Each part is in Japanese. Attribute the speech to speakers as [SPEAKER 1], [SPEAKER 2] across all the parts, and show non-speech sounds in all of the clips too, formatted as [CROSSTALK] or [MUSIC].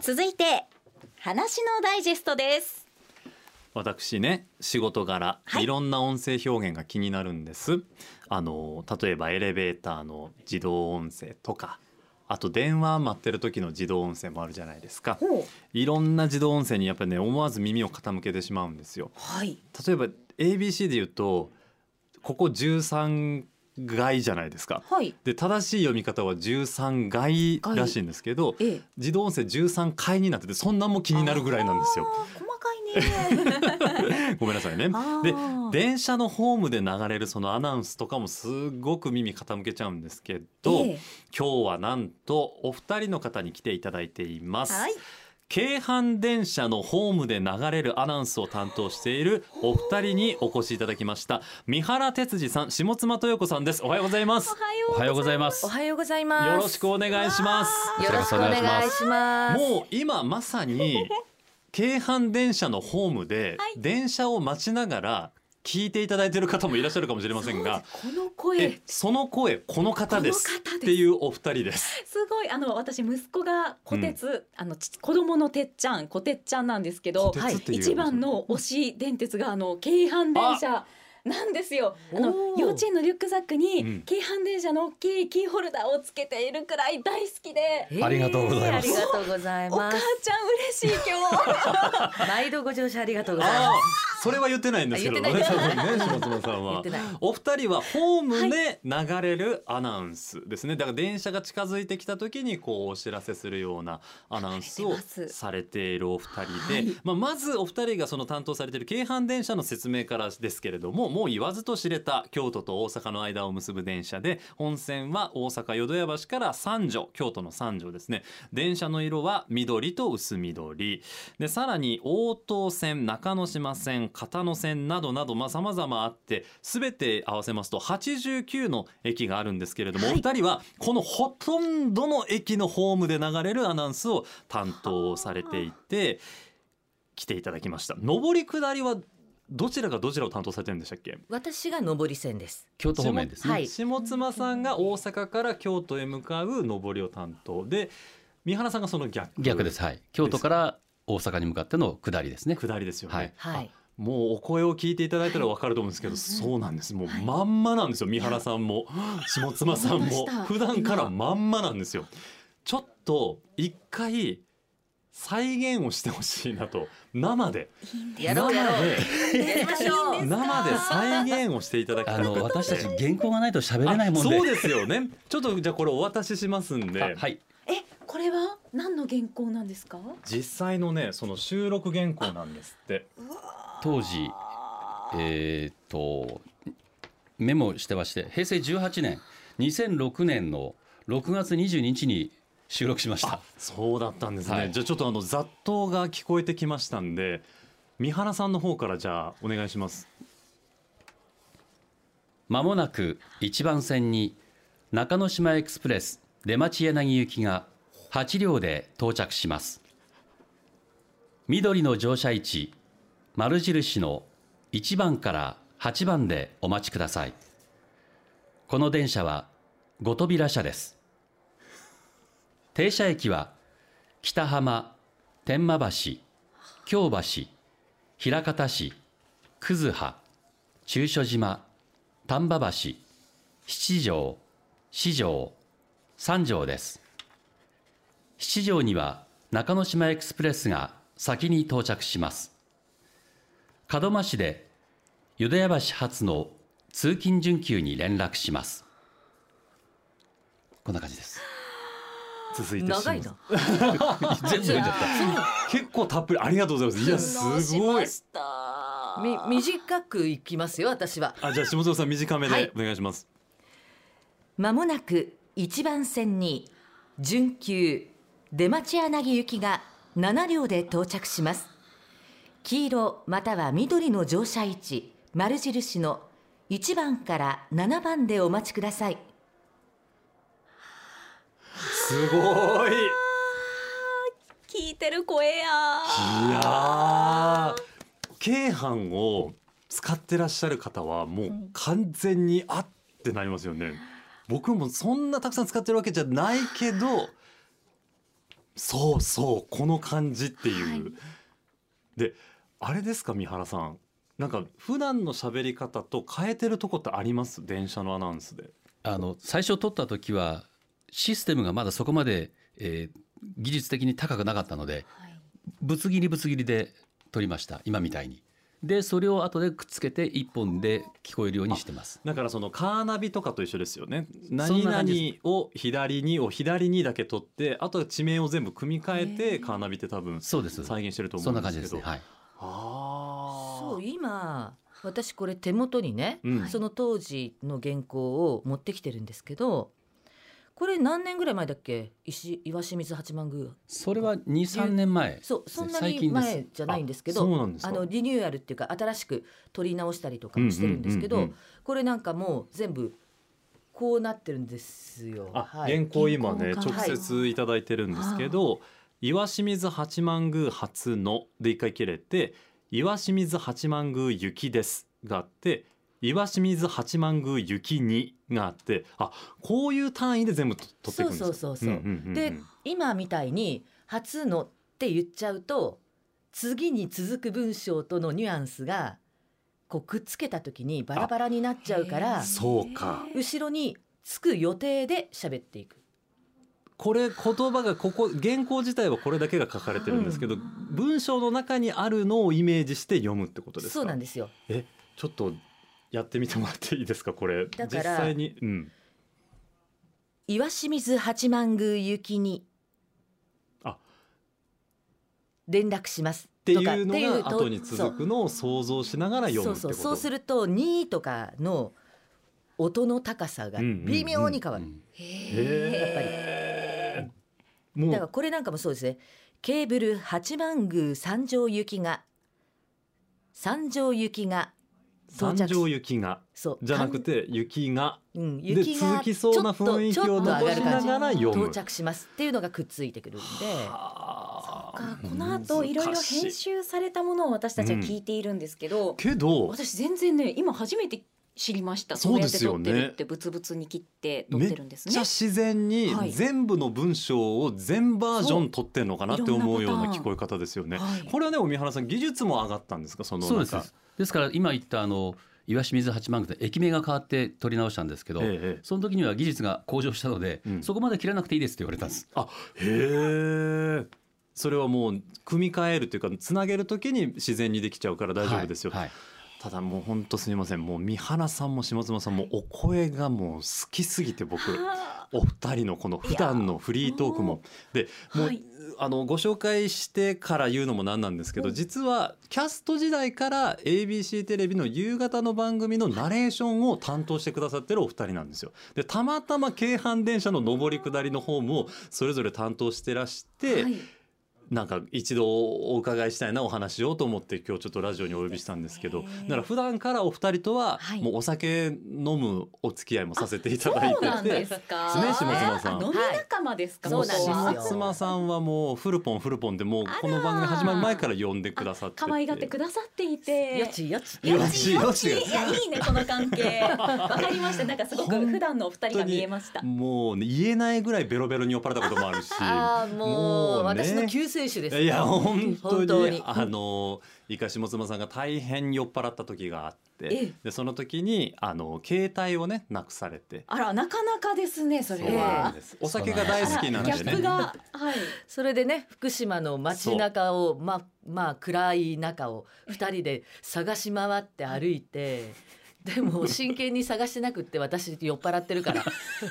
[SPEAKER 1] 続いて話のダイジェストです
[SPEAKER 2] 私ね仕事柄、
[SPEAKER 1] はい
[SPEAKER 2] い、ろんな音声表現が気になるんですあの例えばエレベーターの自動音声とかあと電話待ってる時の自動音声もあるじゃないですか
[SPEAKER 1] ほう
[SPEAKER 2] いろんな自動音声にやっぱりね思わず耳を傾けてしまうんですよ
[SPEAKER 1] はい
[SPEAKER 2] 例えば ABC で言うとここ13階じゃないですか
[SPEAKER 1] はい
[SPEAKER 2] で正しい読み方は13階らしいんですけど
[SPEAKER 1] ええ
[SPEAKER 2] 自動音声13階になっててそんなんも気になるぐらいなんですよ
[SPEAKER 1] あー細かいね
[SPEAKER 2] ごめんなさいね
[SPEAKER 1] あ
[SPEAKER 2] で
[SPEAKER 1] ー
[SPEAKER 2] 電車のホームで流れるそのアナウンスとかもすごく耳傾けちゃうんですけ [LAUGHS] ど、
[SPEAKER 1] ええ
[SPEAKER 2] 今日はなんとお二人の方に来ていただいています、
[SPEAKER 1] はい
[SPEAKER 2] 京阪電車のホームで流れるアナウンスを担当しているお二人にお越しいただきました三原哲司さん下妻豊子さんですおはようございます
[SPEAKER 3] お
[SPEAKER 1] お
[SPEAKER 3] は
[SPEAKER 1] は
[SPEAKER 3] よ
[SPEAKER 1] よ
[SPEAKER 3] う
[SPEAKER 1] う
[SPEAKER 3] ございます
[SPEAKER 4] お。はようございます。
[SPEAKER 2] よろしくお願いします
[SPEAKER 4] よろしくお願いします。
[SPEAKER 2] もう今まさに京阪電車のホームで電車を待ちながら聞いていただいている方もいらっしゃるかもしれませんが
[SPEAKER 1] この声
[SPEAKER 2] えその声この方です
[SPEAKER 1] この方です
[SPEAKER 2] っていうお二人です。
[SPEAKER 1] すごいあの私息子がこてつ、あのち子供のてっちゃんこてっちゃんなんですけど
[SPEAKER 2] こてつっていう
[SPEAKER 1] 一番の推し電鉄があの京阪電車なんですよあの
[SPEAKER 2] おー
[SPEAKER 1] 幼稚園のリュックサックに、
[SPEAKER 2] うん
[SPEAKER 1] 京阪電車の大きいキーホルダーをつけているくらい大好きで
[SPEAKER 4] えー
[SPEAKER 2] ありがとうございます
[SPEAKER 4] ありがとうござい
[SPEAKER 1] お母
[SPEAKER 4] ます。
[SPEAKER 1] ちゃん嬉しい今
[SPEAKER 4] 毎度ご乗車ありがとうござい
[SPEAKER 2] あ
[SPEAKER 4] ます。
[SPEAKER 2] ーそれは言ってないんですけどね。
[SPEAKER 4] あ言って
[SPEAKER 2] 多
[SPEAKER 4] な
[SPEAKER 2] 分ね下妻さん
[SPEAKER 4] 言
[SPEAKER 2] は
[SPEAKER 4] ってない。
[SPEAKER 2] お二人はホームで流れるアナウンスですね、だから電車が近づいてきた時にこうお知らせするようなアナウンスを
[SPEAKER 1] 流れてます
[SPEAKER 2] されているお二人で、
[SPEAKER 1] はい
[SPEAKER 2] まあ、まずお二人がその担当されている京阪電車の説明からですけれどももう言わずと知れた京都と大阪の間を結ぶ電車で本線は大阪淀屋橋から三条京都の三条ですね電車の色は緑と薄緑でさらに応答線中之島線片野線などなどまあ様々あって全て合わせますと89の駅があるんですけれども、
[SPEAKER 1] はい
[SPEAKER 2] お二人はこのほとんどの駅のホームで流れるアナウンスを担当されていて来ていただきました上り下りはどちらがどちらを担当されてるんでしたっけ
[SPEAKER 4] 私が上り線です。
[SPEAKER 3] 京都方面ですね。
[SPEAKER 4] はい
[SPEAKER 2] 下妻さんが大阪から京都へ向かう上りを担当で三原さんがその逆
[SPEAKER 3] 逆です。はい。京都から大阪に向かっての下りですね。
[SPEAKER 2] 下りですよね、
[SPEAKER 3] はい
[SPEAKER 4] はい。
[SPEAKER 2] もうお声を聞いていただいたらわかると思うんですけど、そうなんです。もうまんまなんですよ。三原さん
[SPEAKER 3] [LAUGHS]
[SPEAKER 2] も下妻さん
[SPEAKER 1] 思いまし
[SPEAKER 2] も
[SPEAKER 1] た
[SPEAKER 2] 普段からまんまなんですよ。ちょっと一回再現をしてほしいなと生で
[SPEAKER 4] やろうやろ
[SPEAKER 2] 生で
[SPEAKER 4] う。やりましょう。
[SPEAKER 2] 生で再現をしていただきた
[SPEAKER 3] あ
[SPEAKER 2] く
[SPEAKER 3] の
[SPEAKER 2] て
[SPEAKER 3] 私たち原稿がないと喋れ
[SPEAKER 2] あ
[SPEAKER 3] ないもんで。
[SPEAKER 2] そうですよね。ちょっとじゃあこれお渡ししますんで、
[SPEAKER 3] あはい。
[SPEAKER 1] えこれは何の原稿なんですか
[SPEAKER 2] 実際のねその収録原稿なんですって。
[SPEAKER 3] 当時えーっとメモしてまして平成18年2006年の6月22日に収録しました
[SPEAKER 2] あ。そうだったんですね、
[SPEAKER 3] はい
[SPEAKER 2] じゃあちょっとあの雑踏が聞こえてきましたんで三原さんの方からじゃあお願いします
[SPEAKER 3] まもなく1番線に中之島エクスプレス出町柳行きが8両で到着します緑の乗車位置丸印の1番から8番でお待ちくださいこの電車は5扉車です停車駅は北浜天満橋京橋枚方市葛葉中書島丹波橋、七条、四条、三条です。七条には中之島エクスプレスが先に到着します。門真市で淀屋橋発の通勤準急に連絡します。こんな感じです。
[SPEAKER 2] 続いて
[SPEAKER 4] 長い
[SPEAKER 2] 清水さん
[SPEAKER 4] な。
[SPEAKER 3] [LAUGHS] 全部読んじゃっ
[SPEAKER 2] 結構たっぷりありがとうございますいやす
[SPEAKER 1] 苦
[SPEAKER 2] ご
[SPEAKER 1] 労し
[SPEAKER 2] い
[SPEAKER 1] ました
[SPEAKER 4] み短くいきますよ私は。
[SPEAKER 2] あじゃあ下園さん短め
[SPEAKER 4] はい
[SPEAKER 2] でお願いします、
[SPEAKER 4] まもなく1番線に準急出町柳行きが7両で到着します黄色または緑の乗車位置丸印の1番から7番でお待ちください
[SPEAKER 2] すごいい
[SPEAKER 1] 聞いてる声や
[SPEAKER 2] やー京阪を使ってらっしゃる方はもう完全にあってなりますよね僕もそんなたくさん使ってるわけじゃないけどそうそうこの感じっていう、
[SPEAKER 1] はい
[SPEAKER 2] であれですか三原さんなんか普段の喋り方と変えてるとこってあります電車のアナウンスで
[SPEAKER 3] あの最初取った時はシステムがまだそこまで、えー技術的に高くなかったので
[SPEAKER 1] はい
[SPEAKER 3] ぶつ切りぶつ切りで取りました今みたいにでそれを後でくっつけて一本で聞こえるようにしてます
[SPEAKER 2] だからそのカーナビとかと一緒ですよね
[SPEAKER 3] そん
[SPEAKER 2] 何
[SPEAKER 3] な感じ
[SPEAKER 2] 々を左にを左にだけ取ってあとは地名を全部組み替え
[SPEAKER 1] へ
[SPEAKER 2] て
[SPEAKER 1] ー
[SPEAKER 2] カーナビって多分
[SPEAKER 3] そうです
[SPEAKER 2] 再現してると思
[SPEAKER 3] そ
[SPEAKER 2] うんん
[SPEAKER 3] な
[SPEAKER 2] で
[SPEAKER 3] 感
[SPEAKER 2] す
[SPEAKER 3] じ
[SPEAKER 2] けど
[SPEAKER 3] ですねはい
[SPEAKER 2] ああ
[SPEAKER 4] そう今私これ手元にね、
[SPEAKER 2] うん
[SPEAKER 4] その当時の原稿を持ってきてるんですけどこれ何年ぐらい前だっけ石岩清水八幡宮
[SPEAKER 3] それは23年前
[SPEAKER 4] そうそんな
[SPEAKER 3] 最
[SPEAKER 4] に
[SPEAKER 3] 近です
[SPEAKER 4] 前じゃないんですけ
[SPEAKER 2] あ
[SPEAKER 4] ど
[SPEAKER 2] そうなんですか
[SPEAKER 4] あのリニューアルっていうか新しく取り直したりとかもしてるんですけど、
[SPEAKER 2] うんうんうん
[SPEAKER 4] これなんかもう全部こうなってるんですよ。
[SPEAKER 2] あ、
[SPEAKER 4] はい
[SPEAKER 2] 原稿今ね
[SPEAKER 1] 原稿
[SPEAKER 2] 直
[SPEAKER 1] が
[SPEAKER 2] 接いただいてるんですけど、岩清水八幡宮初ので一回切れて岩清水八幡宮行きですがあって岩清水八幡宮行きにがあってあこういう単位で全部と取っていくんですか
[SPEAKER 4] そうそうそうそうん
[SPEAKER 2] んんん
[SPEAKER 4] で今みたいに「初の」って言っちゃうと次に続く文章とのニュアンスがこうくっつけた時にバラバラになっちゃうから
[SPEAKER 1] へー
[SPEAKER 2] そうか
[SPEAKER 4] 後ろにつく予定で喋っていく。
[SPEAKER 2] これ言葉がここ原稿自体はこれだけが書かれてるんですけど、文章の中にあるのをイメージして読むってことですか
[SPEAKER 4] そうなん
[SPEAKER 2] です
[SPEAKER 4] ですよ
[SPEAKER 2] ちょっとやってみてもらっていいですかこれ
[SPEAKER 4] だか
[SPEAKER 2] 実
[SPEAKER 4] ら
[SPEAKER 2] 際に、うん、
[SPEAKER 4] 岩清水八幡宮行きに
[SPEAKER 2] あ
[SPEAKER 4] 連絡します
[SPEAKER 2] って
[SPEAKER 4] とか
[SPEAKER 2] いう
[SPEAKER 4] って
[SPEAKER 2] の
[SPEAKER 4] いう
[SPEAKER 2] が
[SPEAKER 4] と
[SPEAKER 2] 後に続くのを想像しながら読
[SPEAKER 4] そ
[SPEAKER 2] む
[SPEAKER 4] う
[SPEAKER 2] ってこ
[SPEAKER 4] そう
[SPEAKER 2] と
[SPEAKER 4] そうすると「に」とかの音の高さが微妙に変わる、
[SPEAKER 3] うん
[SPEAKER 2] へー
[SPEAKER 4] だか
[SPEAKER 2] も
[SPEAKER 4] ら
[SPEAKER 2] う
[SPEAKER 4] これなんかもそうですねケーブル八幡宮三条行きが三条行きが到
[SPEAKER 2] 三
[SPEAKER 4] 着
[SPEAKER 2] 条雪が
[SPEAKER 4] そう
[SPEAKER 2] じゃなくて雪が
[SPEAKER 4] かんうん
[SPEAKER 2] で
[SPEAKER 4] 雪が
[SPEAKER 2] 続きそうな雰囲気
[SPEAKER 4] ちょ
[SPEAKER 2] を
[SPEAKER 4] っとちょっと
[SPEAKER 2] 残
[SPEAKER 4] 上が
[SPEAKER 2] し
[SPEAKER 4] る
[SPEAKER 2] な
[SPEAKER 4] 感じ
[SPEAKER 2] がら読む
[SPEAKER 4] 到着しますっていうのがくっついてくるんで
[SPEAKER 2] は
[SPEAKER 1] か
[SPEAKER 2] ー
[SPEAKER 1] この後いろいろ編
[SPEAKER 2] 難しい
[SPEAKER 1] 集されたものを私たちは聞いているんですけど、
[SPEAKER 2] けど
[SPEAKER 1] 私全然ね今初めて知りました
[SPEAKER 2] そうですよね
[SPEAKER 1] そうやって撮ってるってブツブツに切って撮っ
[SPEAKER 2] め
[SPEAKER 1] て
[SPEAKER 2] っ
[SPEAKER 1] るんです
[SPEAKER 2] ち
[SPEAKER 1] ね
[SPEAKER 2] ゃ自然に
[SPEAKER 1] はい
[SPEAKER 2] 全部の文章を全バージョン取ってんのかなって思
[SPEAKER 1] そ
[SPEAKER 2] うよう
[SPEAKER 1] ういろんな
[SPEAKER 2] な
[SPEAKER 1] パター
[SPEAKER 2] 聞
[SPEAKER 1] ン
[SPEAKER 2] こえ方ですよね
[SPEAKER 1] はい
[SPEAKER 2] これはね三原さん技術も上がったんですかその
[SPEAKER 3] そうです
[SPEAKER 2] なんか
[SPEAKER 3] ですから今言ったあの岩清水八幡宮って駅名が変わって取り直したんですけど、
[SPEAKER 2] ええええ
[SPEAKER 3] その時には技術が向上したので、
[SPEAKER 2] うん
[SPEAKER 3] そこまで切らなくていいですって言われたんです。
[SPEAKER 2] あへえそれはもう組み替えるというかつなげるときに自然にできちゃうから大丈夫ですよ、
[SPEAKER 3] はいはい
[SPEAKER 2] ただもう本当すみませんもう三原さんも島妻さんもお声がもう好きすぎて僕
[SPEAKER 1] は
[SPEAKER 2] お二人のこの普段のフリートークもでもう、
[SPEAKER 1] はい
[SPEAKER 2] あのご紹介してから言うのもなんなんですけど実はキャスト時代から ABC テレビの夕方の番組のナレーションを担当してくださってるお二人なんですよ。でたまたま京阪電車の上り下りのホームをそれぞれ担当してらして、
[SPEAKER 1] はい
[SPEAKER 2] なんか一度お伺いしたいなお話をと思って今日ちょっとラジオにお呼びしたんですけど
[SPEAKER 1] そうですね
[SPEAKER 2] だから普段からお二人とは
[SPEAKER 1] はい
[SPEAKER 2] もうお酒飲むお付き合いもさせていただい
[SPEAKER 1] そうなん
[SPEAKER 2] て
[SPEAKER 1] で
[SPEAKER 2] て
[SPEAKER 1] す。か。
[SPEAKER 2] ね下妻さん
[SPEAKER 1] あ飲み仲間ですか。
[SPEAKER 4] はいそうなんですよ
[SPEAKER 2] 下妻さんはもうフルポンフルポンでもうこの番組始まる前から呼んでくださってて
[SPEAKER 1] 可愛がってくださっていて。
[SPEAKER 4] よちよち
[SPEAKER 2] よ
[SPEAKER 1] よ
[SPEAKER 2] ち
[SPEAKER 1] ち
[SPEAKER 2] よ
[SPEAKER 1] よ
[SPEAKER 2] ち
[SPEAKER 1] ち。いや、いいね、この関
[SPEAKER 2] [LAUGHS]
[SPEAKER 1] 係。わかりました。なんかすごく普段のお二人が見えました。
[SPEAKER 2] もうね言えないぐらいベロベロに酔っ払ったこともあるし
[SPEAKER 4] あーもう
[SPEAKER 2] もうね
[SPEAKER 4] 私の救世主です
[SPEAKER 2] いや本当に
[SPEAKER 4] 本当に
[SPEAKER 2] あのいかしもつまさんが大変酔っ払った時があって
[SPEAKER 1] え
[SPEAKER 2] でその時にあの携帯をねなくされて
[SPEAKER 1] あら、なかなかですね、それ
[SPEAKER 2] そうなん
[SPEAKER 1] は。
[SPEAKER 2] ですお酒が大好きなん
[SPEAKER 1] ギャ
[SPEAKER 2] で
[SPEAKER 1] ップ
[SPEAKER 2] ね
[SPEAKER 1] が。はい。
[SPEAKER 4] それでね福島の街中をままあ暗い中を2人で探し回って歩いて。でも真剣に探してなくって私酔っ払ってるから
[SPEAKER 3] あ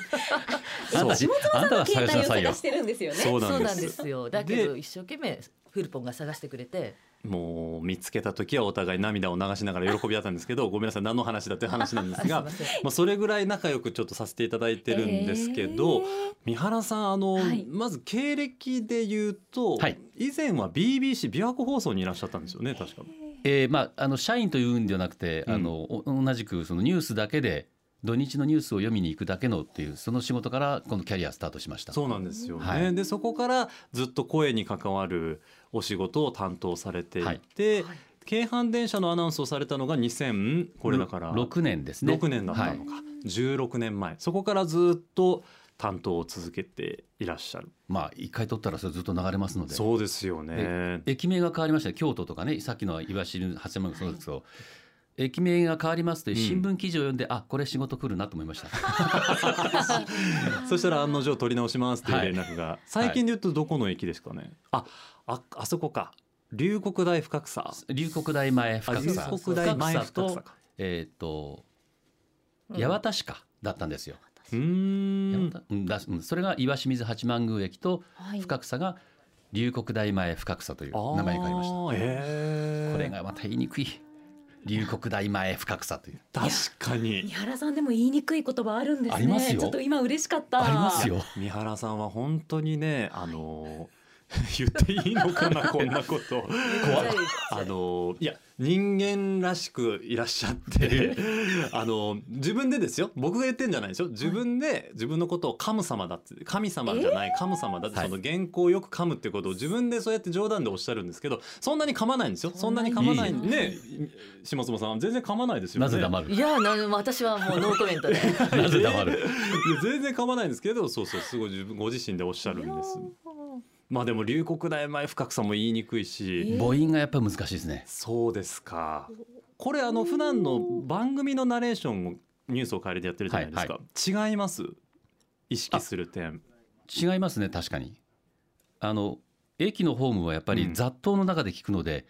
[SPEAKER 3] んた
[SPEAKER 1] 下
[SPEAKER 3] あんたが
[SPEAKER 1] 携
[SPEAKER 3] 探しな
[SPEAKER 1] 帯を
[SPEAKER 3] さいよ
[SPEAKER 1] 探し。てるんですよね。
[SPEAKER 2] [LAUGHS] そうなんです
[SPEAKER 4] よだけど
[SPEAKER 2] で
[SPEAKER 4] 一生懸命フルポンが探してくれて
[SPEAKER 2] もう見つけた時はお互い涙を流しながら喜び合ったんですけどごめんなさい何の話だっていう話なんです
[SPEAKER 4] [LAUGHS]
[SPEAKER 2] が
[SPEAKER 4] あすいません
[SPEAKER 2] まあそれぐらい仲良くちょっとさせていただいてるんですけど、三原さんあの、
[SPEAKER 1] はい
[SPEAKER 2] まず経歴で言うと、
[SPEAKER 3] はい
[SPEAKER 2] 以前は BBC 琵琶湖放送にいらっしゃったんですよね確か。
[SPEAKER 3] えーまああの社員というんではなくて、あのお同じくそのニュースだけで土日のニュースを読みに行くだけのっていうその仕事からこのキャリアスタートしました。
[SPEAKER 2] そうなんですよね、
[SPEAKER 3] はい
[SPEAKER 2] でそこからずっと声に関わるお仕事を担当されていて、
[SPEAKER 4] はい
[SPEAKER 2] 京阪電車のアナウンスをされたのが2000これだから
[SPEAKER 3] ろ六年ですね。
[SPEAKER 2] 6年だった
[SPEAKER 3] は
[SPEAKER 2] の
[SPEAKER 3] い
[SPEAKER 2] か、16年前そこからずっと担当を続けていらっしゃる。
[SPEAKER 3] まあ一回取ったらそれずっと流れますので
[SPEAKER 2] そうですよね。
[SPEAKER 3] 駅名が変わりました京都とかねさっきのいわしの八幡もそうですけど、駅名が変わりますという新聞記事を読んで、あこれ仕事来るなと思いました
[SPEAKER 2] [LAUGHS] そしたら案の定取り直しますっていう連絡が、最近で言うとどこの駅ですかね。あ、あ、あそこか。龍谷大深草。
[SPEAKER 3] 龍谷大前深
[SPEAKER 2] 龍
[SPEAKER 3] 草
[SPEAKER 2] 谷大前深
[SPEAKER 3] 深
[SPEAKER 2] 草
[SPEAKER 3] 草と
[SPEAKER 2] か。
[SPEAKER 3] えっ、と
[SPEAKER 1] うん
[SPEAKER 3] 八幡市かだったんですよ、
[SPEAKER 2] うー
[SPEAKER 3] 八
[SPEAKER 2] ん。
[SPEAKER 3] 幡うんだうんそれが岩清水八幡宮駅と
[SPEAKER 1] はい
[SPEAKER 3] 深草が龍谷大前深草という
[SPEAKER 2] あー
[SPEAKER 3] 名前に変わりましたこ
[SPEAKER 2] ええ
[SPEAKER 3] れがまた言いにくい龍谷大前深草という
[SPEAKER 2] 確かに
[SPEAKER 1] 三原さんでも言いにくい言葉あるんですね。
[SPEAKER 3] ありますよ
[SPEAKER 1] ちょっと今嬉しかった。
[SPEAKER 3] ありますよ
[SPEAKER 2] 三原さんは本当にねあの言っていいのかなこんなこと
[SPEAKER 4] 怖い
[SPEAKER 2] あのいや人間らしくいらっしゃってあの自分でですよ僕が言ってんじゃないでしょ自分で自分のことを神様だって神様じゃない神様だって
[SPEAKER 3] は
[SPEAKER 2] そ
[SPEAKER 3] い
[SPEAKER 2] の原稿をよく噛むってことを自分でそうやって冗談でおっしゃるんですけどそんなに噛まないんですよそんなに噛まない
[SPEAKER 1] いい
[SPEAKER 2] ね下妻さんは全然噛まないですよね
[SPEAKER 3] なぜ黙る
[SPEAKER 4] いやな私はもうノーコメン
[SPEAKER 2] [LAUGHS]
[SPEAKER 4] トで
[SPEAKER 3] なぜ黙る
[SPEAKER 2] いや全然噛まないんですけどそうそうすごい自分ご自身でおっしゃるんですまあでも龍谷大前深草も言いにくいし、
[SPEAKER 1] えー
[SPEAKER 3] 母音がやっぱり難しいですね
[SPEAKER 2] そうですかこれあの普段の番組のナレーションをニュースを変えてやってるじゃないですか、違います意識する点
[SPEAKER 3] 違いますね確かにあの駅のホームはやっぱり
[SPEAKER 2] うん
[SPEAKER 3] 雑踏の中で聞くので、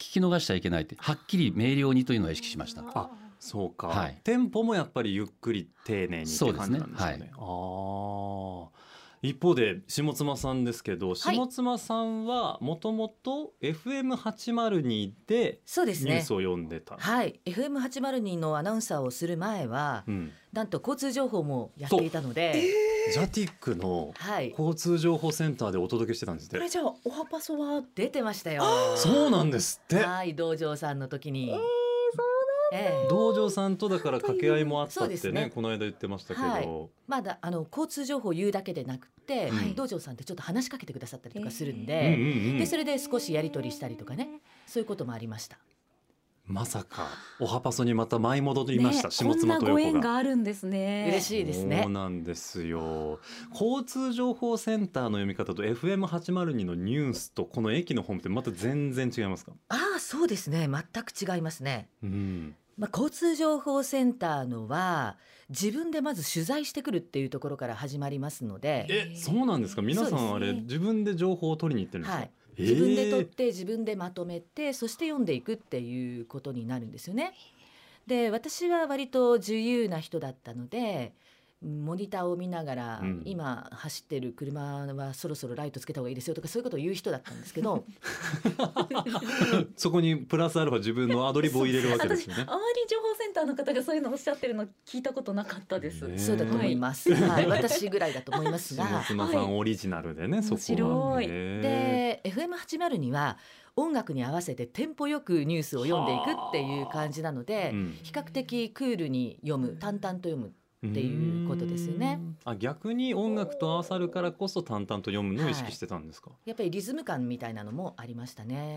[SPEAKER 3] 聞き逃しちゃいけないってはっきり明瞭にというのは意識しました
[SPEAKER 2] あそうか、
[SPEAKER 3] はい
[SPEAKER 2] テンポもやっぱりゆっくり丁寧にって感じなんです
[SPEAKER 3] そう
[SPEAKER 2] かね
[SPEAKER 3] ですね
[SPEAKER 2] ああ一方で下妻さんですけど下妻さんはもともと FM802 で
[SPEAKER 4] そうです
[SPEAKER 2] ニュー
[SPEAKER 4] ね
[SPEAKER 2] スを読んでた、
[SPEAKER 4] はい FM802 のアナウンサーをする前は
[SPEAKER 2] うん、
[SPEAKER 4] なんと交通情報もやっていたので、
[SPEAKER 2] ジャティックの
[SPEAKER 4] はい
[SPEAKER 2] 交通情報センターでお届けしてたんですっ
[SPEAKER 1] これ
[SPEAKER 2] て
[SPEAKER 1] じゃあおはパソは
[SPEAKER 4] 出てましたよ
[SPEAKER 2] そうなんですって
[SPEAKER 4] はい道場さんの時にええ
[SPEAKER 2] 道場さんとだから掛け合いもあったっ
[SPEAKER 4] そうで
[SPEAKER 2] て
[SPEAKER 4] す
[SPEAKER 2] ね
[SPEAKER 4] ね
[SPEAKER 2] この間言ってましたけど、
[SPEAKER 4] はいまだあの交通情報を言うだけでなくて、
[SPEAKER 2] はい
[SPEAKER 4] 道場さんってちょっと話しかけてくださったりとかするん
[SPEAKER 2] うん
[SPEAKER 4] で,、
[SPEAKER 2] うんうん
[SPEAKER 4] でそれで少しやり取りしたりとかねそういうこともありました。
[SPEAKER 2] まさかおはパソにまた舞い戻りました、
[SPEAKER 1] ね
[SPEAKER 2] 下
[SPEAKER 1] こん
[SPEAKER 2] 妻
[SPEAKER 1] な
[SPEAKER 2] 豊
[SPEAKER 1] ご
[SPEAKER 2] 子
[SPEAKER 1] 縁
[SPEAKER 2] が。
[SPEAKER 1] があるんですね。
[SPEAKER 4] 嬉しいですね
[SPEAKER 2] そうなんですよ交通情報センターの読み方と FM802 のニュースとこの駅のホームってまた全然違いますか、
[SPEAKER 4] ああそうですね全く違いますね。
[SPEAKER 2] うん、
[SPEAKER 4] まあ、交通情報センターのは自分でまず取材してくるっていうところから始まりますので、
[SPEAKER 2] えそうなんですか皆さん
[SPEAKER 1] そ
[SPEAKER 2] あ
[SPEAKER 1] うで
[SPEAKER 2] れ
[SPEAKER 1] すね
[SPEAKER 2] 自分で情報を取りに行ってるんですか、
[SPEAKER 4] はい、
[SPEAKER 2] えー
[SPEAKER 4] 自分で撮って自分でまとめてそして読んでいくっていうことになるんですよね。で私は割と自由な人だったのでモニターを見ながら、
[SPEAKER 2] うん
[SPEAKER 4] 今走ってる車はそろそろライトつけた方がいいですよとかそういうことを言う人だったんですけ
[SPEAKER 2] [LAUGHS]
[SPEAKER 4] ど
[SPEAKER 2] [LAUGHS] そこにプラスアルファ自分のアドリブを入れるわけですよ
[SPEAKER 1] 私あ
[SPEAKER 2] ね。
[SPEAKER 1] まり情報センターの方がそういうのおっしゃってるの聞いたことなかったです。
[SPEAKER 2] ね
[SPEAKER 4] そうだと思います、はい、私ぐらいだと思いま
[SPEAKER 2] [LAUGHS]
[SPEAKER 4] す
[SPEAKER 2] 島
[SPEAKER 4] が。
[SPEAKER 2] 妻さんオリジナルでね、そこは
[SPEAKER 1] 面白い
[SPEAKER 2] ね。
[SPEAKER 4] で FM80 には音楽に合わせてテンポよくニュースを読んでいくっていう感じなので、
[SPEAKER 2] うん
[SPEAKER 4] 比較的クールに読む淡々と読むっていうことですよね
[SPEAKER 2] うん。あ、逆に音楽と合わさるからこそ淡々と読むのを意識してたんですか。
[SPEAKER 4] やっぱりリズム感みたいなのもありましたね。
[SPEAKER 2] へ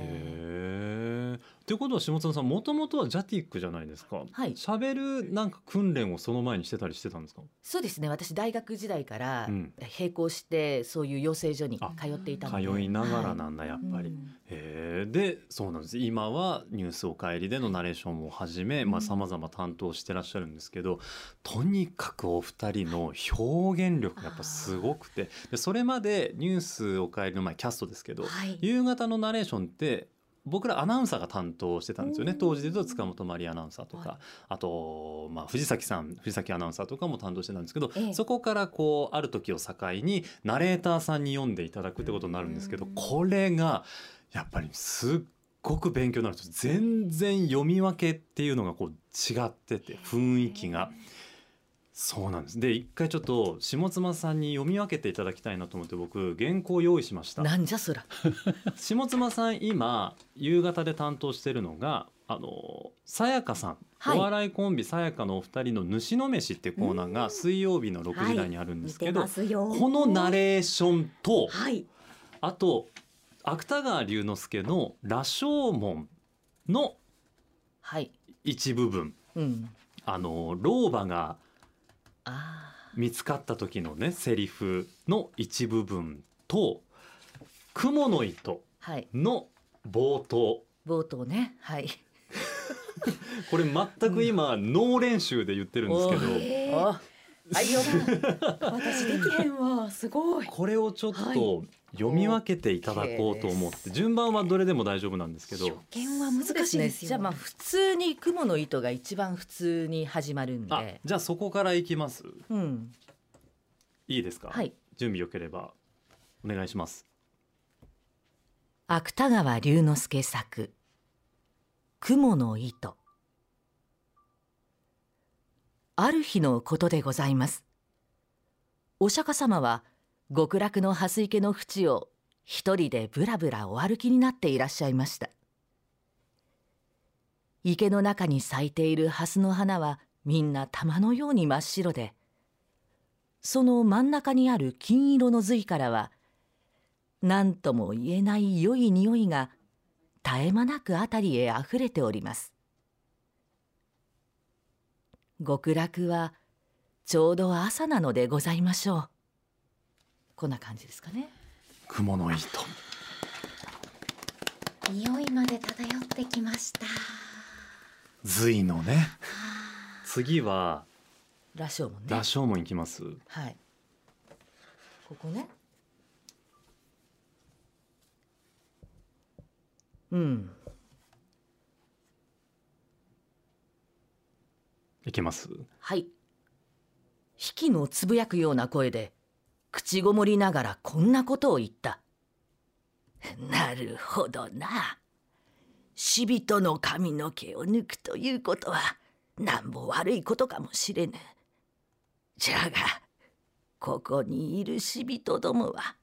[SPEAKER 2] え。ということは下妻さん、もともとはジャティックじゃないですか。
[SPEAKER 4] はい
[SPEAKER 2] 喋るなんか訓練をその前にしてたりしてたんですか。
[SPEAKER 4] そうですね。私大学時代から
[SPEAKER 2] うん
[SPEAKER 4] 並行してそういう養成所に通っていたので、
[SPEAKER 2] 通いながら
[SPEAKER 4] は
[SPEAKER 2] なんだやっぱり。
[SPEAKER 4] う
[SPEAKER 2] へ
[SPEAKER 4] ん
[SPEAKER 2] え。で、そうなんです。今はニュースお帰りでのナレーションをはじめ、まあ様々担当してらっしゃるんですけど、とにかくお二人の表現力がやっぱすごくて、でそれまでニュースお帰りの前キャストですけど、
[SPEAKER 1] はい。
[SPEAKER 2] 夕方のナレーションって僕らアナウンサーが担当してたんですよね
[SPEAKER 1] うん
[SPEAKER 2] 当時で言うと塚本マリアナウンサーとか、
[SPEAKER 4] は
[SPEAKER 2] あと、まあ、藤崎さん藤崎アナウンサーとかも担当してたんですけど、
[SPEAKER 1] ええ
[SPEAKER 2] そこからこうある時を境にナレーターさんに読んでいただくってことになるんですけど、
[SPEAKER 1] うん
[SPEAKER 2] これがやっぱりすっごく勉強になるんです全然読み分けっていうのがこう違ってて雰囲気が。そうなんですで一回ちょっと下妻さんに読み分けていただきたいなと思って僕原稿を用意しました。
[SPEAKER 4] なんじゃそら。
[SPEAKER 2] 下妻さん今夕方で担当してるのがあのさやかさん、
[SPEAKER 4] はい
[SPEAKER 2] お笑いコンビさやかのお二人の「主の飯」っていうコーナーが水曜日の6時台にあるんで
[SPEAKER 1] 見
[SPEAKER 2] すけ
[SPEAKER 1] て
[SPEAKER 2] ど、
[SPEAKER 1] ますよ。
[SPEAKER 2] このナレーションと
[SPEAKER 1] はい。
[SPEAKER 2] あと芥川龍之介の「羅生門」の
[SPEAKER 4] はい。
[SPEAKER 2] 一部分
[SPEAKER 4] うん。
[SPEAKER 2] あの老婆が
[SPEAKER 4] あ
[SPEAKER 2] 見つかった時のねセリフの一部分と「蜘蛛の糸
[SPEAKER 4] はい」
[SPEAKER 2] の冒頭
[SPEAKER 4] 冒頭ねはい
[SPEAKER 2] これ全く今脳練習で言ってるんですけど、
[SPEAKER 4] お
[SPEAKER 1] えー
[SPEAKER 4] おはいよ
[SPEAKER 1] 私できへんわすごい
[SPEAKER 2] これをちょっと読み分けていただこうと思っ
[SPEAKER 4] OK で
[SPEAKER 2] て順番はどれでも大丈夫なんですけど
[SPEAKER 1] 剣は難しいですよ
[SPEAKER 4] じゃあまあ普通に蜘蛛の糸が一番普通に始まるん
[SPEAKER 2] あ
[SPEAKER 4] で
[SPEAKER 2] じゃあそこからいきます
[SPEAKER 4] うん
[SPEAKER 2] いいですか、
[SPEAKER 4] はい
[SPEAKER 2] 準備よければお願いします
[SPEAKER 4] 芥川龍之介作雲の糸ある日のことでございますお釈迦様は極楽の蓮池の淵を一人でぶらぶらお歩きになっていらっしゃいました池の中に咲いている蓮の花はみんな玉のように真っ白でその真ん中にある金色の髄からは何とも言えない良い匂いが絶え間なくあたりへあふれております極楽はちょうど朝なのでございましょうこんな感じですかね
[SPEAKER 2] 雲の糸
[SPEAKER 5] 匂いまで漂ってきました
[SPEAKER 2] 隋のね次は
[SPEAKER 4] 羅生門ね
[SPEAKER 2] 羅生門いきます
[SPEAKER 4] はいここねうん
[SPEAKER 2] いけます
[SPEAKER 4] はい。比企のつぶやくような声で、口ごもりながらこんなことを言った。 [LAUGHS] なるほどな。死人の髪の毛を抜くということは、なんぼ悪いことかもしれぬ。じゃが、ここにいる死人どもは、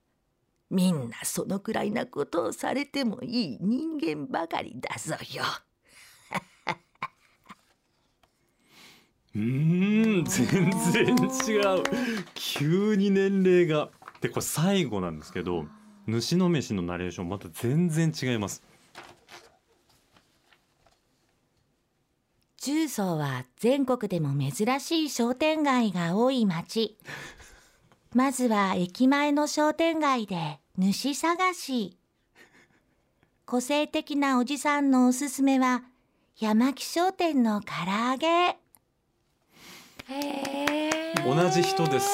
[SPEAKER 4] みんなそのくらいなことをされてもいい人間ばかりだぞよ。
[SPEAKER 2] うーん全然違う急に年齢がでこれ最後なんですけど主の飯のナレーションまた全然違います
[SPEAKER 5] 中層は全国でも珍しい商店街が多い町まずは駅前の商店街で主探し個性的なおじさんのおすすめは山木商店の唐揚げ
[SPEAKER 2] 同じ人です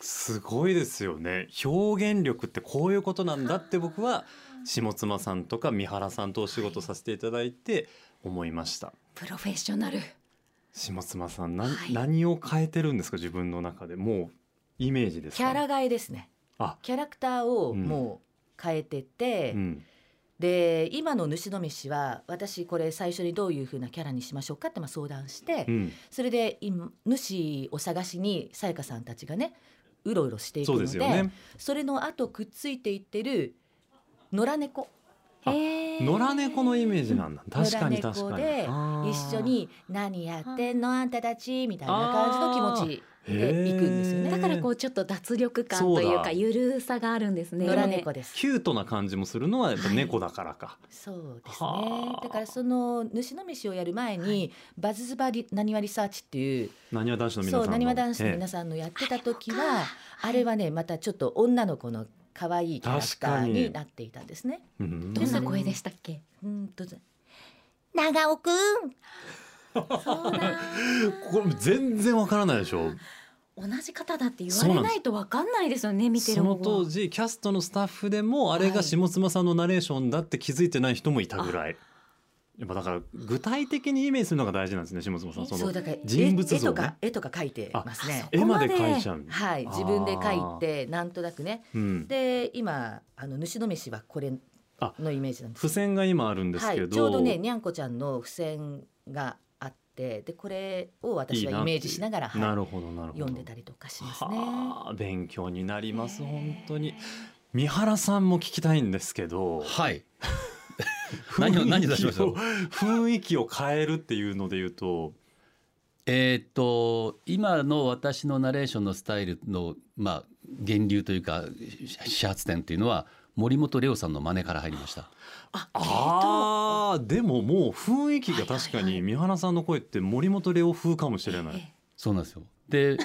[SPEAKER 2] すごいですよね表現力ってこういうことなんだって僕は下妻さんとか三原さんとお仕事させていただいて思いました
[SPEAKER 1] プロフェッショナル
[SPEAKER 2] 下妻さん、な
[SPEAKER 1] はい
[SPEAKER 2] 何を変えてるんですか自分の中でもうイメージですか
[SPEAKER 4] 替えですね。
[SPEAKER 2] あ
[SPEAKER 4] キャラクターを
[SPEAKER 2] も
[SPEAKER 4] う変えてて
[SPEAKER 2] うん、
[SPEAKER 4] で今の主の飯は私これ最初にどういうふうなキャラにしましょうかってまあ相談して、
[SPEAKER 2] うん、
[SPEAKER 4] それで今主を探しにさやかさんたちがねうろうろしていく
[SPEAKER 2] そう
[SPEAKER 4] の
[SPEAKER 2] で
[SPEAKER 4] ですそ
[SPEAKER 2] よね
[SPEAKER 4] れの後くっついていってる野良猫
[SPEAKER 2] あ野良猫のイメージなんだ確かに
[SPEAKER 4] 野良
[SPEAKER 2] 確
[SPEAKER 4] 猫
[SPEAKER 2] かに
[SPEAKER 4] で
[SPEAKER 2] あー
[SPEAKER 4] 一緒に「何やってんのあんたたち」みたいな感じの気持ちで行くんですよ
[SPEAKER 2] へー
[SPEAKER 4] ね。
[SPEAKER 1] だからこうちょっと脱力感という
[SPEAKER 2] そうだ
[SPEAKER 1] かゆるさがあるんですね
[SPEAKER 4] 野良猫です
[SPEAKER 2] キュートな感じもするのはやっぱ猫だからか、
[SPEAKER 4] そうですね
[SPEAKER 2] はあ。
[SPEAKER 4] だからその主の飯をやる前に、バズズバリなにわリサーチっていう
[SPEAKER 2] なにわ男子の皆さん
[SPEAKER 4] そうなにわ男子の
[SPEAKER 2] ええ
[SPEAKER 4] 皆さんのやってた時は、あれはねまたちょっと女の子の可愛いキャラクタ
[SPEAKER 2] 確
[SPEAKER 4] ー
[SPEAKER 2] かに
[SPEAKER 4] になっていたんですね。
[SPEAKER 2] うん
[SPEAKER 1] どんな声でしたっけ
[SPEAKER 4] うんと
[SPEAKER 5] 長尾くん
[SPEAKER 1] そうだ
[SPEAKER 2] これ全然わからないでしょ
[SPEAKER 1] 同じ方だって言
[SPEAKER 2] そう
[SPEAKER 1] われ
[SPEAKER 2] なんで
[SPEAKER 1] な
[SPEAKER 2] す
[SPEAKER 1] いとわかんないですよね見てる
[SPEAKER 2] そ
[SPEAKER 1] 方
[SPEAKER 2] の
[SPEAKER 1] は
[SPEAKER 2] 当時キャストのスタッフでもあれが下妻さんのナレーションだって気づいてない人もいたぐらい、やっぱだから具体的にイメージするのが大事なんですね下妻さんそ
[SPEAKER 4] そう
[SPEAKER 2] の
[SPEAKER 4] だから絵
[SPEAKER 2] 人物
[SPEAKER 4] 絵
[SPEAKER 2] 像
[SPEAKER 4] と
[SPEAKER 2] ね
[SPEAKER 4] か絵とか描いてますね。
[SPEAKER 2] 絵まで描いちゃう、
[SPEAKER 4] はい自分で描いてなんとなくね。
[SPEAKER 2] うん、
[SPEAKER 4] で今あの主の飯はこれのイメージなんです
[SPEAKER 2] 付。箋が今あるんです
[SPEAKER 4] は
[SPEAKER 2] けど、
[SPEAKER 4] い、ちょうどねにゃんこちゃんの付箋があってでこれを私
[SPEAKER 2] いいなっ
[SPEAKER 4] はイ
[SPEAKER 2] ていう
[SPEAKER 4] メージしながらはい
[SPEAKER 2] なるほどなるほど
[SPEAKER 4] 読んでたりとかしますね。
[SPEAKER 2] はあ勉強になります本当に三原さんも聞きたいんですけど
[SPEAKER 3] はい何を何を出しました
[SPEAKER 2] 雰囲気を雰囲気を変えるっていうので言うと
[SPEAKER 3] えーっと今の私のナレーションのスタイルの、まあ、源流というかし始発点というのは森本レオさんの真似から入りました
[SPEAKER 2] ああーでももう雰囲気が確か
[SPEAKER 1] はいはいは
[SPEAKER 2] に
[SPEAKER 1] い
[SPEAKER 2] 三原さんの声って森本レオ風かもしれない、
[SPEAKER 1] ええ
[SPEAKER 3] そうなんですよ
[SPEAKER 5] [LAUGHS]
[SPEAKER 3] で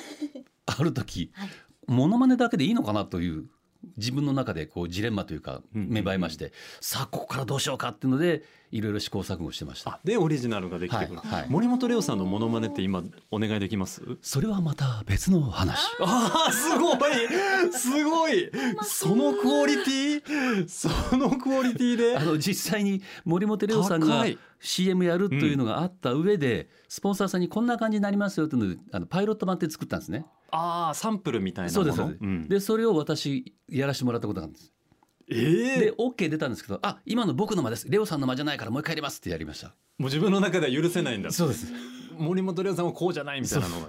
[SPEAKER 3] ある時、
[SPEAKER 5] はい
[SPEAKER 3] モノマネだけでいいのかなという自分の中でこうジレンマというか
[SPEAKER 2] うんうんうん
[SPEAKER 3] 芽生えまして、さあここからどうしようかっていうのでいろいろ試行錯誤してました
[SPEAKER 2] あでオリジナルができてくる、
[SPEAKER 3] はいはい
[SPEAKER 2] 森本レオさんのモノマネって今お願いできます
[SPEAKER 3] それはまた別の話
[SPEAKER 2] あーすごいすごいそのクオリティそのクオリティで
[SPEAKER 3] [LAUGHS] あの実際に森本レオさんが
[SPEAKER 2] 高い
[SPEAKER 3] CM やるというのがあった上で、スポンサーさんにこんな感じになりますよというのであのパイロット版って作ったんですね
[SPEAKER 2] ああサンプルみたいなもの
[SPEAKER 3] そうですそうです、
[SPEAKER 2] ん
[SPEAKER 3] でそれを私やらせてもらったことがあるんです
[SPEAKER 2] え
[SPEAKER 3] で
[SPEAKER 2] ー、
[SPEAKER 3] OK 出たんですけどあ今の僕の間ですレオさんの間じゃないからもう一回やりますってやりました
[SPEAKER 2] もう自分の中では許せないんだ
[SPEAKER 3] そうです
[SPEAKER 2] 森本レオさんはこうじゃないみたいなのが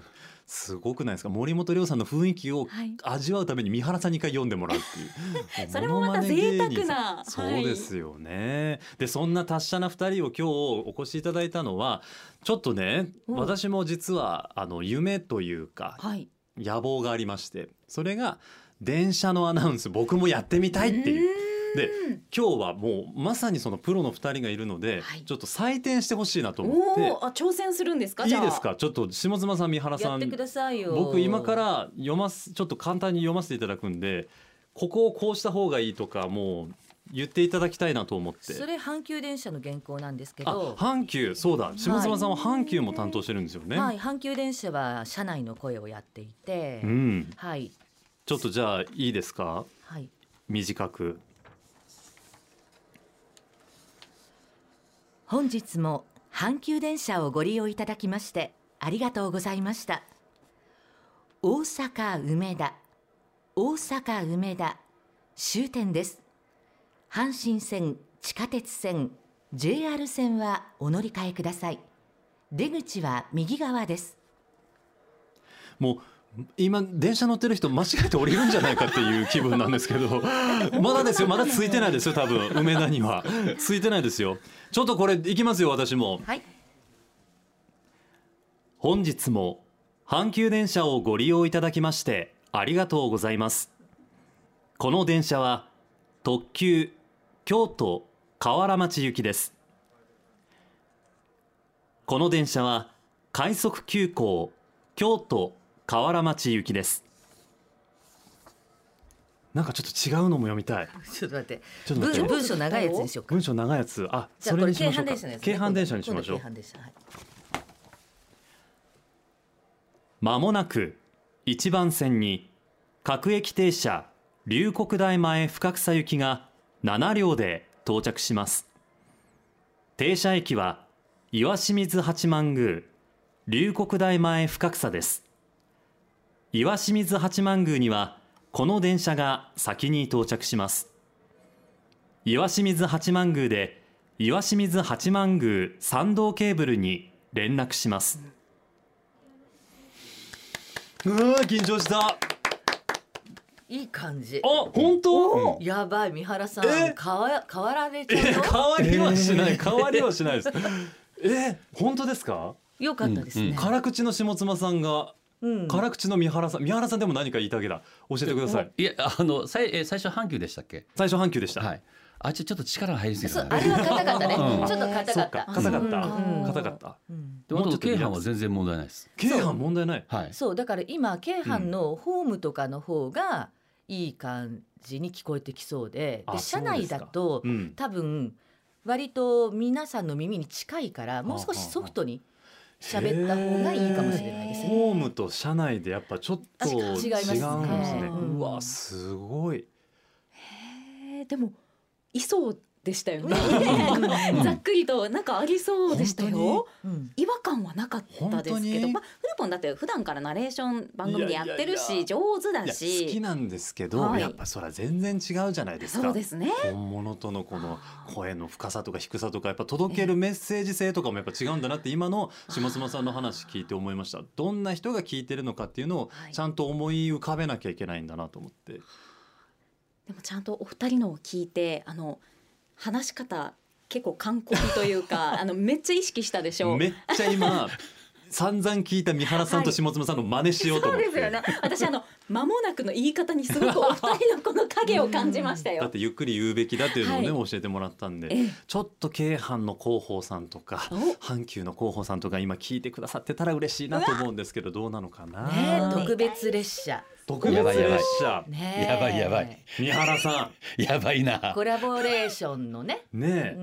[SPEAKER 2] すごくないですか森本レオさんの雰囲気を
[SPEAKER 1] はい
[SPEAKER 2] 味わうために三原さんに一回読んでもらうってい
[SPEAKER 1] [LAUGHS]
[SPEAKER 2] う
[SPEAKER 1] それもまた贅沢な
[SPEAKER 2] そうですよね、でそんな達者な二人を今日お越しいただいたのはちょっとね、
[SPEAKER 1] うん
[SPEAKER 2] 私も実はあの夢というか
[SPEAKER 1] はい
[SPEAKER 2] 野望がありましてそれが電車のアナウンス僕もやってみたいっていう。
[SPEAKER 1] う
[SPEAKER 2] で
[SPEAKER 1] ーん
[SPEAKER 2] 今日はもうまさにそのプロの二人がいるので、
[SPEAKER 1] はい
[SPEAKER 2] ちょっと採点してほしいなと思って
[SPEAKER 1] おおあ挑戦するんですか
[SPEAKER 2] い
[SPEAKER 1] じゃ
[SPEAKER 2] い
[SPEAKER 1] あ
[SPEAKER 2] ですかちょっと下妻さん三原
[SPEAKER 4] や
[SPEAKER 2] さ
[SPEAKER 4] っ
[SPEAKER 2] ん
[SPEAKER 4] てくださいよ
[SPEAKER 2] 僕今から読ますちょっと簡単に読ませていただくんでここをこうした方がいいとかもう言っていただきたいなと思って
[SPEAKER 4] それ阪急電車の原稿なんですけ
[SPEAKER 2] あ
[SPEAKER 4] ど
[SPEAKER 2] 阪急そうだ下妻さんは阪急も担当してるんですよね、
[SPEAKER 4] はい阪急電車は車内の声をやっていて
[SPEAKER 2] うん
[SPEAKER 4] はい
[SPEAKER 2] ちょっとじゃあいいですか
[SPEAKER 4] はい
[SPEAKER 2] 短く
[SPEAKER 4] 本日も阪急電車をご利用いただきましてありがとうございました大阪梅田大阪梅田終点です阪神線地下鉄線 JR 線はお乗り換えください出口は右側です
[SPEAKER 2] もう今電車乗ってる人間違えて降りるんじゃないかっていう気分なんですけ
[SPEAKER 4] [LAUGHS]
[SPEAKER 2] どまだですよまだついてないですよ多分梅田にはついてないですよちょっとこれいきますよ私も
[SPEAKER 4] はい
[SPEAKER 2] 本日も阪急電車をご利用いただきましてありがとうございますこの電車は特急京都河原町行きですこの電車は快速急行京都河原町行きですなんかちょっと違うのも読みたい
[SPEAKER 4] ちょっと待って
[SPEAKER 2] ちょっと
[SPEAKER 4] 文
[SPEAKER 2] 待って
[SPEAKER 4] 文章長いやつにしようか
[SPEAKER 2] 文章長いやつあ
[SPEAKER 4] じゃ
[SPEAKER 2] そ
[SPEAKER 4] あ
[SPEAKER 2] れ
[SPEAKER 4] これ
[SPEAKER 2] にし
[SPEAKER 4] 京
[SPEAKER 2] ましょう
[SPEAKER 4] 阪
[SPEAKER 2] か
[SPEAKER 4] 電車のやつね
[SPEAKER 2] 京阪電車にしましょう
[SPEAKER 4] 今度京阪電車はい
[SPEAKER 2] まもなく1番線に各駅停車龍谷大前深草行きが7両で到着します停車駅は岩清水八幡宮龍谷大前深草です岩清水八幡宮にはこの電車が先に到着します岩清水八幡宮で岩清水八幡宮参道ケーブルに連絡します、うわー緊張した
[SPEAKER 4] いい感じ
[SPEAKER 2] あ本当
[SPEAKER 4] やばい三原さ
[SPEAKER 2] え
[SPEAKER 4] ん変わ変わられち
[SPEAKER 2] え
[SPEAKER 4] ゃう
[SPEAKER 2] [LAUGHS] 変
[SPEAKER 4] よ
[SPEAKER 2] わりはしない、変わりはしないです [LAUGHS] え本当ですか
[SPEAKER 4] よかったです
[SPEAKER 3] うんう
[SPEAKER 4] ね
[SPEAKER 3] ん
[SPEAKER 2] 辛口の下妻さんが
[SPEAKER 4] うん
[SPEAKER 2] 辛口の三原さん三原さんでも何か言いたげだ教えてください
[SPEAKER 3] いやあのさいえー最初阪急でしたっけ
[SPEAKER 2] 最初阪急でした、
[SPEAKER 3] はいあっちちょっと力が入りすぎ
[SPEAKER 4] そ
[SPEAKER 3] た
[SPEAKER 4] う
[SPEAKER 3] な
[SPEAKER 4] あれは硬かったね、
[SPEAKER 3] うん
[SPEAKER 4] ちょっと硬
[SPEAKER 2] そ
[SPEAKER 4] か
[SPEAKER 2] っ
[SPEAKER 4] っ
[SPEAKER 2] か
[SPEAKER 4] た
[SPEAKER 2] 硬かった
[SPEAKER 4] うん
[SPEAKER 2] 硬かった
[SPEAKER 4] うん
[SPEAKER 3] であ
[SPEAKER 2] もうちょ
[SPEAKER 3] と
[SPEAKER 2] っとリ
[SPEAKER 3] 京
[SPEAKER 2] ラックス
[SPEAKER 3] 阪は全然問題ないです
[SPEAKER 2] 京阪問題ない
[SPEAKER 3] はい
[SPEAKER 4] そうだから今京阪のホームとかの方がいい感じに聞こえてきそうで,、
[SPEAKER 2] あ
[SPEAKER 4] で
[SPEAKER 2] そ
[SPEAKER 4] 車
[SPEAKER 2] うですか
[SPEAKER 4] 内だと、
[SPEAKER 2] うん
[SPEAKER 4] 多分割と皆さんの耳に近いからもう
[SPEAKER 2] はあ
[SPEAKER 4] 少
[SPEAKER 2] は
[SPEAKER 4] し
[SPEAKER 2] あ
[SPEAKER 4] ソフトに喋った方がいいかもしれないです
[SPEAKER 2] へー
[SPEAKER 4] ね。
[SPEAKER 2] ホームと車内でやっぱちょっと違
[SPEAKER 4] 違
[SPEAKER 2] うん
[SPEAKER 4] い
[SPEAKER 2] で
[SPEAKER 4] ますす
[SPEAKER 2] ね
[SPEAKER 4] ね
[SPEAKER 2] うわすごい
[SPEAKER 1] えーでもいそうでしたよね
[SPEAKER 3] ん
[SPEAKER 1] [LAUGHS] ざっくりとなんかありそうでした
[SPEAKER 2] 本
[SPEAKER 1] よ
[SPEAKER 4] うん
[SPEAKER 1] 違和感はなかったですけ
[SPEAKER 2] 本当
[SPEAKER 1] ど、
[SPEAKER 2] に
[SPEAKER 1] まあ、フルポンだって普段からナレーション番組でやってるし
[SPEAKER 2] いやいやいや
[SPEAKER 1] 上手だ
[SPEAKER 2] いや好き
[SPEAKER 1] し
[SPEAKER 2] なんですけど、
[SPEAKER 1] はい
[SPEAKER 2] やっぱそら全然違うじゃないですか
[SPEAKER 1] そうですね
[SPEAKER 2] 本物とのこの声の深さとか低さとかやっぱ届けるメッセージ性とかもやっぱ違うんだなって今の下妻さんの話聞いて思いましたどんな人が聞いてるのかっていうのを
[SPEAKER 1] はい
[SPEAKER 2] ちゃんと思い浮かべなきゃいけないんだなと思って
[SPEAKER 1] でもちゃんとお二人のを聞いてあの話し方結構完コピという
[SPEAKER 2] [LAUGHS]
[SPEAKER 1] かあのめっちゃ意識したでしょ
[SPEAKER 2] めっちゃ今散々聞いた三原さんと下妻さんの真似しようと
[SPEAKER 1] そ
[SPEAKER 2] 思
[SPEAKER 1] う
[SPEAKER 2] って、
[SPEAKER 1] ですよね私あの間もなくの言い方にすごくお二人のこの影を感じました
[SPEAKER 2] だ
[SPEAKER 1] よ
[SPEAKER 2] っ。てゆっくり言うべきだというのをね、
[SPEAKER 1] は
[SPEAKER 2] 教えてもらったんで、
[SPEAKER 1] ええ
[SPEAKER 2] ちょっと京阪の広報さんとか
[SPEAKER 1] お
[SPEAKER 2] 阪急の広報さんとか今聞いてくださってたら嬉しいなと思うんですけどどうなのかな、
[SPEAKER 4] ね
[SPEAKER 1] あー
[SPEAKER 4] 特別列車
[SPEAKER 2] 特別
[SPEAKER 3] やばいやばい
[SPEAKER 2] 列車
[SPEAKER 4] ね
[SPEAKER 3] やばいやばい
[SPEAKER 2] 三原さ
[SPEAKER 3] やばいな
[SPEAKER 4] コラボレーションのね、
[SPEAKER 2] ん
[SPEAKER 4] う
[SPEAKER 2] ね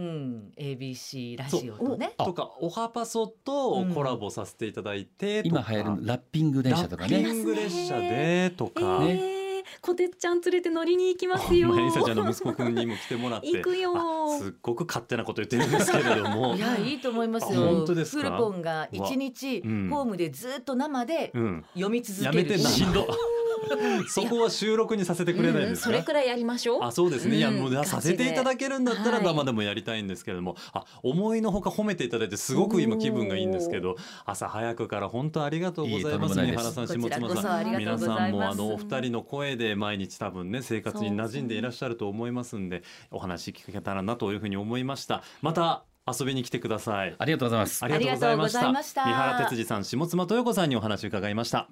[SPEAKER 2] え、
[SPEAKER 4] ん、ABC ラジオとね
[SPEAKER 3] あ
[SPEAKER 2] とかおはパソとコラボさせていただいてとか、
[SPEAKER 3] 今流行るラッピング電車とか
[SPEAKER 2] ラ
[SPEAKER 1] ラ
[SPEAKER 2] ッ
[SPEAKER 1] ッ
[SPEAKER 2] ピ
[SPEAKER 1] ピ
[SPEAKER 3] ね
[SPEAKER 2] ン
[SPEAKER 1] ン
[SPEAKER 2] グ
[SPEAKER 1] グ
[SPEAKER 2] 列
[SPEAKER 1] 列
[SPEAKER 2] 車
[SPEAKER 1] 車
[SPEAKER 2] で
[SPEAKER 1] で
[SPEAKER 2] とか、
[SPEAKER 3] ね
[SPEAKER 1] ええこてっちゃん連れて乗りに行きますよ。
[SPEAKER 2] ほんまエリサちゃんの息子くんにも来てもらって
[SPEAKER 1] 行くよ
[SPEAKER 2] あすっごく勝手なこと言ってるんですけれども
[SPEAKER 4] いやいいと思いますよ
[SPEAKER 2] あ本当ですか
[SPEAKER 4] フルコンが一日
[SPEAKER 2] うわうん
[SPEAKER 4] ホームでずっと生で
[SPEAKER 2] うん
[SPEAKER 4] 読み続
[SPEAKER 2] や
[SPEAKER 4] け
[SPEAKER 2] め
[SPEAKER 4] る
[SPEAKER 2] てな
[SPEAKER 4] し、
[SPEAKER 2] しんど [LAUGHS] そこは収録にさせてくれないんです
[SPEAKER 1] そ
[SPEAKER 2] か、
[SPEAKER 1] れくらいやりましょう。
[SPEAKER 2] あそうですね、
[SPEAKER 1] うん
[SPEAKER 2] いやもうな
[SPEAKER 1] ガチで
[SPEAKER 2] させていただけるんだった
[SPEAKER 1] は
[SPEAKER 2] ら
[SPEAKER 1] い
[SPEAKER 2] 生でもやりたいんですけれども、あ思いのほか褒めていただいてすごく今気分がいいんですけど朝早くから本当ありがとうございます
[SPEAKER 3] いいとんでもない
[SPEAKER 2] 三
[SPEAKER 3] です
[SPEAKER 2] 原さん下
[SPEAKER 4] こちらこ
[SPEAKER 2] 妻さん
[SPEAKER 4] そありがとう
[SPEAKER 2] 皆
[SPEAKER 4] ございます
[SPEAKER 2] さんもあのお二人の声で毎日多分ね生活に馴染んでいらっしゃると思いますんでお話聞けたらなというふうに思いましたまた遊びに来てください
[SPEAKER 3] ありがとうございます
[SPEAKER 2] ありがとうございまし
[SPEAKER 4] ありがとうござい
[SPEAKER 2] た
[SPEAKER 4] ました
[SPEAKER 2] 三原哲司さん下妻豊子さんにお話伺いました